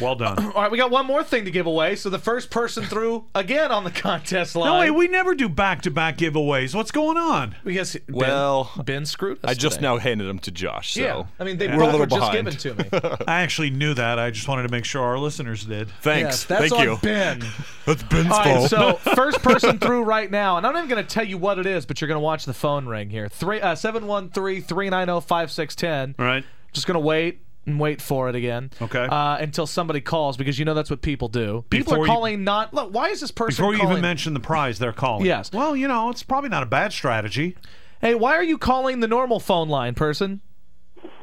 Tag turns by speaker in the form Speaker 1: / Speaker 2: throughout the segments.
Speaker 1: Well done.
Speaker 2: All right, we got one more thing to give away. So the first person through again on the contest line.
Speaker 1: No way, we never do back to back giveaways. What's going on?
Speaker 2: we guess ben,
Speaker 3: Well,
Speaker 2: Ben screwed us.
Speaker 3: I just
Speaker 2: today.
Speaker 3: now handed them to Josh. So.
Speaker 2: Yeah, I mean they
Speaker 3: We're a
Speaker 2: both
Speaker 3: little
Speaker 2: were just
Speaker 3: behind.
Speaker 2: given to me.
Speaker 1: I actually knew that. I just wanted to make sure our listeners did.
Speaker 2: Yes,
Speaker 3: Thanks.
Speaker 2: that's
Speaker 3: Thank
Speaker 2: on
Speaker 3: you.
Speaker 2: Ben.
Speaker 3: That's Ben's
Speaker 2: All right,
Speaker 3: fault.
Speaker 2: so first person through right now, and I'm not even going to tell you what it is, but you're going to watch the phone ring here. Three uh, seven one three three nine zero five six ten.
Speaker 1: All right.
Speaker 2: Just going to wait and wait for it again.
Speaker 1: Okay.
Speaker 2: Uh, until somebody calls because you know that's what people do. People
Speaker 1: Before
Speaker 2: are
Speaker 1: you-
Speaker 2: calling not. Look, why is this person
Speaker 1: Before you
Speaker 2: calling?
Speaker 1: even mention the prize they're calling.
Speaker 2: Yes.
Speaker 1: Well, you know, it's probably not a bad strategy.
Speaker 2: hey, why are you calling the normal phone line, person?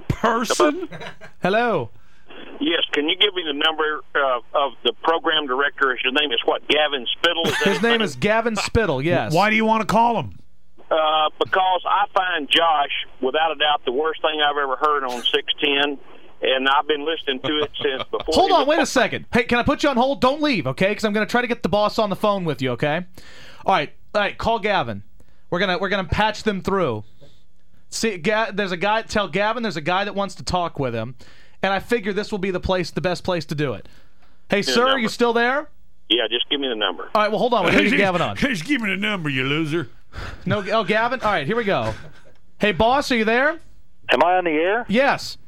Speaker 1: Person?
Speaker 2: Hello.
Speaker 4: Yes, can you give me the number uh, of the program director? His name is what? Gavin Spittle. Is that
Speaker 2: His name is Gavin Spittle. Yes.
Speaker 1: Why do you want to call him?
Speaker 4: Uh, because I find Josh, without a doubt, the worst thing I've ever heard on six ten, and I've been listening to it since before.
Speaker 2: Hold
Speaker 4: he
Speaker 2: on,
Speaker 4: was-
Speaker 2: wait a second. Hey, can I put you on hold? Don't leave, okay? Because I'm gonna try to get the boss on the phone with you, okay? All right, all right. Call Gavin. We're gonna we're gonna patch them through. See, Ga- there's a guy. Tell Gavin there's a guy that wants to talk with him, and I figure this will be the place, the best place to do it. Hey, sir, are you
Speaker 4: number.
Speaker 2: still there?
Speaker 4: Yeah, just give me the number.
Speaker 2: All right. Well, hold on. We're gonna get Gavin on.
Speaker 1: Just give me the number, you loser.
Speaker 2: No, oh, Gavin. All right, here we go. Hey, boss, are you there?
Speaker 5: Am I on the air?
Speaker 2: Yes.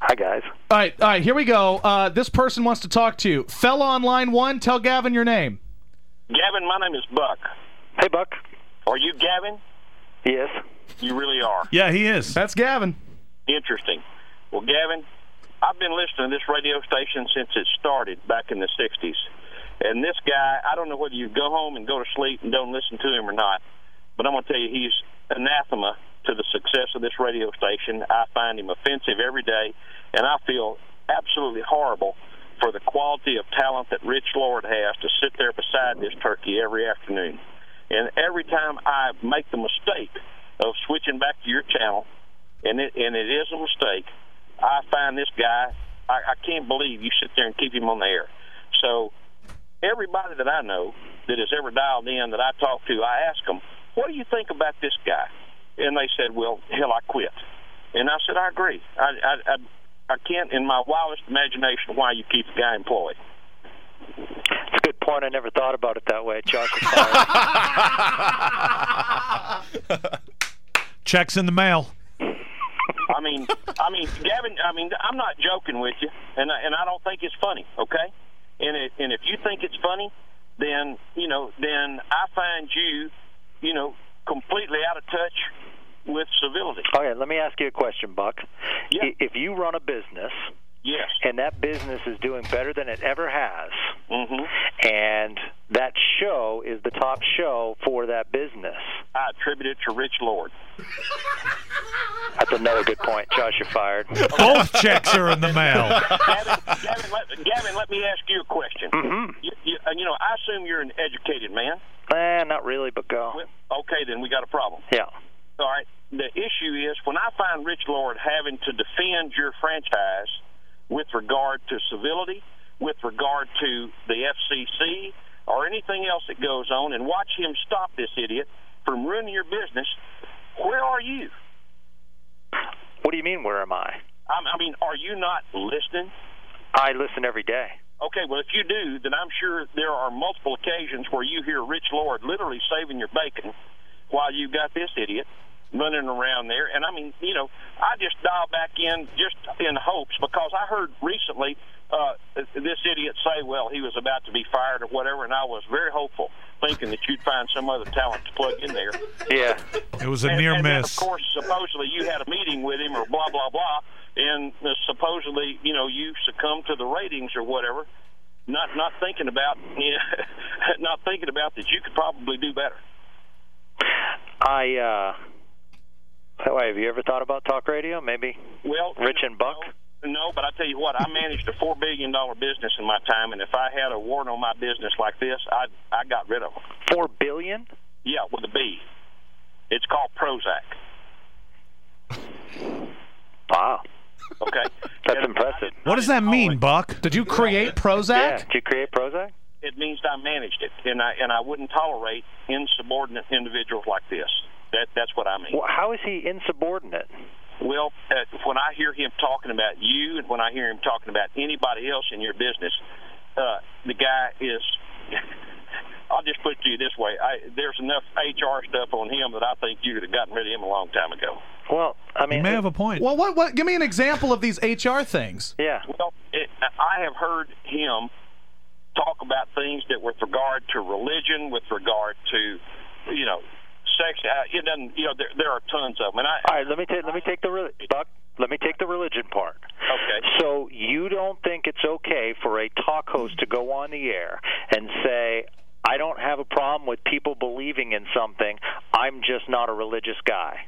Speaker 5: Hi, guys.
Speaker 2: All right, all right. Here we go. Uh, this person wants to talk to you. Fella on line one. Tell Gavin your name.
Speaker 4: Gavin, my name is Buck.
Speaker 5: Hey, Buck.
Speaker 4: Are you Gavin?
Speaker 5: Yes.
Speaker 4: You really are.
Speaker 1: Yeah, he is.
Speaker 2: That's Gavin.
Speaker 4: Interesting. Well, Gavin, I've been listening to this radio station since it started back in the 60s. And this guy, I don't know whether you go home and go to sleep and don't listen to him or not, but I'm going to tell you he's anathema to the success of this radio station. I find him offensive every day, and I feel absolutely horrible for the quality of talent that Rich Lord has to sit there beside this turkey every afternoon. And every time I make the mistake of switching back to your channel, and it and it is a mistake. I find this guy. I, I can't believe you sit there and keep him on the air. So everybody that I know that has ever dialed in that I talk to, I ask them, "What do you think about this guy?" And they said, "Well, hell, I quit." And I said, "I agree. I I I, I can't in my wildest imagination why you keep a guy employed."
Speaker 5: It's a good point. I never thought about it that way. Josh is fired.
Speaker 1: Checks in the mail.
Speaker 4: I mean, I mean, Gavin. I mean, I'm not joking with you, and I, and I don't think it's funny. Okay, and it, and if you think it's funny, then you know, then I find you, you know, completely out of touch with civility.
Speaker 5: All right, let me ask you a question, Buck.
Speaker 4: Yeah.
Speaker 5: I- If you run a business
Speaker 4: Yes.
Speaker 5: and that business is doing better than it ever has,
Speaker 4: Mm-hmm.
Speaker 5: and that show is the top show for that business,
Speaker 4: I attribute it to Rich Lord.
Speaker 5: that's another good point. Josh, you're fired.
Speaker 1: Both checks are in the mail.
Speaker 4: Gavin, Gavin, let, Gavin, let me ask you a question. Mm-hmm. You, you, and, you know, I assume you're an educated man.
Speaker 5: eh, not really, but go.
Speaker 4: Well, Okay, then we got a problem.
Speaker 5: Yeah.
Speaker 4: All right. The issue is when I find Rich Lord having to defend your franchise with regard to civility, with regard to the FCC, or anything else that goes on, and watch him stop this idiot from ruining your business. Where are you?
Speaker 5: What do you mean, where am I?
Speaker 4: I I mean, are you not listening?
Speaker 5: I listen every day.
Speaker 4: Okay, well, if you do, then I'm sure there are multiple occasions where you hear Rich Lord literally saving your bacon while you got this idiot running around there. And I mean, you know, I just dial back in just in hopes because I heard recently uh, this immediate say, well, he was about to be fired or whatever, and I was very hopeful, thinking that you'd find some other talent to plug in there.
Speaker 5: Yeah.
Speaker 1: It was a
Speaker 4: And-
Speaker 1: near
Speaker 4: and then,
Speaker 1: miss.
Speaker 4: of course, supposedly you had a meeting with him or blah blah blah, and uh, supposedly you know you succumbed to the ratings or whatever, not not thinking about you know, not thinking about that you could probably do better.
Speaker 5: I. uh Why have you ever thought about talk radio? Maybe.
Speaker 4: Well,
Speaker 5: Rich and Buck?
Speaker 4: No, no, but I tell you what, I managed a four billion dollar business in my time, and if I had a warrant on my business like this, I I got rid of them.
Speaker 5: Four billion.
Speaker 4: Yeah, with a B. It's called Prozac.
Speaker 5: Wow.
Speaker 4: Okay,
Speaker 5: That's
Speaker 4: And
Speaker 5: impressive.
Speaker 1: What does that mean, Buck?
Speaker 2: Did you create Prozac?
Speaker 5: Yeah. Did you create Prozac?
Speaker 4: it means I managed it, and I and I wouldn't tolerate insubordinate individuals like this. That that's what I mean.
Speaker 5: Well, how is he insubordinate?
Speaker 4: Well, uh, when I hear him talking about you, and when I hear him talking about anybody else in your business, uh, the guy is. I'll just put it to you this way: I, there's enough HR stuff on him that I think you could have gotten rid of him a long time ago.
Speaker 5: Well, I mean,
Speaker 1: You may have a point.
Speaker 2: Well, what? What? Give me an example of these HR things.
Speaker 5: yeah.
Speaker 4: Well, it, I have heard him talk about things that with regard to religion, with regard to, you know, sex. uh, It doesn't, you know, there, there are tons of them. And I,
Speaker 5: All right, let me take let me take the re- Buck. Let me take the religion part.
Speaker 4: Okay.
Speaker 5: So you don't think it's okay for a talk host to go on the air and say, "I don't have a problem with people believing in something. I'm just not a religious guy."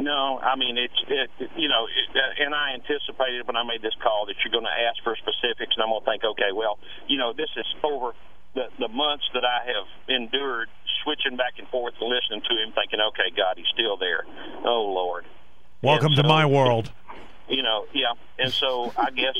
Speaker 4: No, I mean it's it, you know, it, uh, and I anticipated when I made this call that you're going to ask for specifics, and I'm going to think, okay, well, you know, this is over the the months that I have endured switching back and forth and listening to him, thinking, okay, God, he's still there. Oh Lord,
Speaker 1: Welcome to
Speaker 4: so-
Speaker 1: my world.
Speaker 4: you know, yeah. And so I guess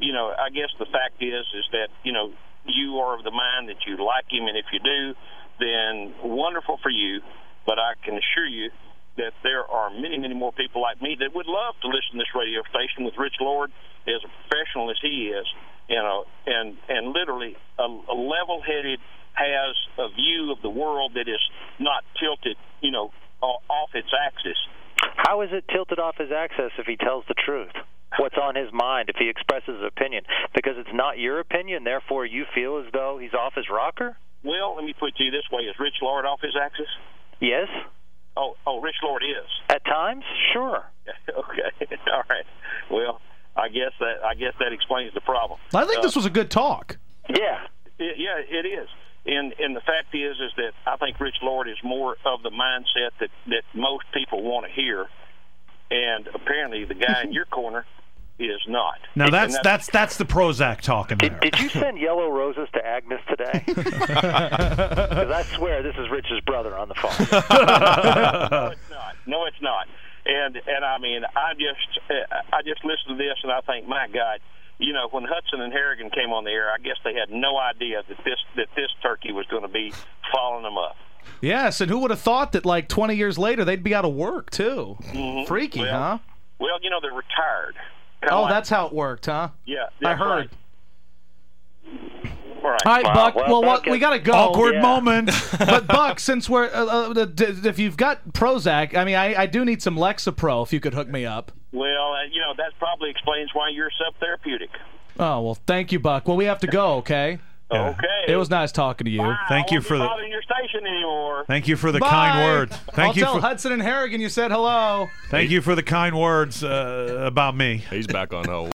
Speaker 4: you know, I guess the fact is is that you know you are of the mind that you like him, and if you do, then wonderful for you. But I can assure you that there are many, many more people like me that would love to listen to this radio station with Rich Lord as a professional as he is, you know, and and literally a, a level-headed has a view of the world that is not tilted, you know, o- off its axis.
Speaker 5: How is it tilted off his access if he tells the truth? What's on his mind if he expresses an opinion? Because it's not your opinion, therefore you feel as though he's off his rocker?
Speaker 4: Well, let me put it to you this way: Is Rich Lord off his axis?
Speaker 5: Yes?
Speaker 4: Oh, oh, Rich Lord is.
Speaker 5: At times? Sure.
Speaker 4: okay, all right. Well, I guess that I guess that explains the problem.
Speaker 2: I think this was a good talk.
Speaker 5: Yeah.
Speaker 4: It, yeah, it is. And and the fact is is that I think Rich Lord is more of the mindset that that most people want to hear, and apparently the guy in your corner is not.
Speaker 1: Now
Speaker 4: And
Speaker 1: that's that's that's the Prozac talking there.
Speaker 5: Did, did you send yellow roses to Agnes today? Because I swear this is Rich's brother on the phone.
Speaker 4: No, it's not. No, it's not. And and I mean, I just uh, I just listened to this and I think, my God, you know, when Hudson and Harrigan came on the air, I guess they had no idea that this that this turkey was going to be following them up.
Speaker 2: Yes, and who would have thought that like 20 years later they'd be out of work too? Freaky,
Speaker 4: Mm-hmm. Well,
Speaker 2: huh?
Speaker 4: Well, you know, they're retired. Kinda
Speaker 2: Oh,
Speaker 4: like-
Speaker 2: that's how it worked, huh?
Speaker 4: yeah.
Speaker 2: I
Speaker 4: that's
Speaker 2: heard.
Speaker 4: Right. All right.
Speaker 2: All right, Buck.
Speaker 5: well,
Speaker 2: Well,
Speaker 5: Buck
Speaker 2: what, we
Speaker 5: is-
Speaker 2: gotta go.
Speaker 1: Awkward
Speaker 5: yeah.
Speaker 1: moment.
Speaker 2: but Buck, since we're uh, uh, d- d- if you've got Prozac, I mean, I, I do need some Lexapro if you could hook me up.
Speaker 4: Well, uh, you know, that probably explains why you're subtherapeutic.
Speaker 2: Oh well, thank you, Buck. Well, we have to go. Okay.
Speaker 4: Okay.
Speaker 2: It was nice talking to you.
Speaker 4: I
Speaker 1: Thank you
Speaker 4: won't be
Speaker 1: for the-
Speaker 4: bothering your station anymore.
Speaker 1: Thank you for the kind
Speaker 2: Bye.
Speaker 1: words. Thank
Speaker 2: I'll
Speaker 1: you
Speaker 2: tell
Speaker 1: for
Speaker 2: Hudson and Harrigan you said hello.
Speaker 1: thank you for the kind words uh, about me.
Speaker 3: He's back on hole.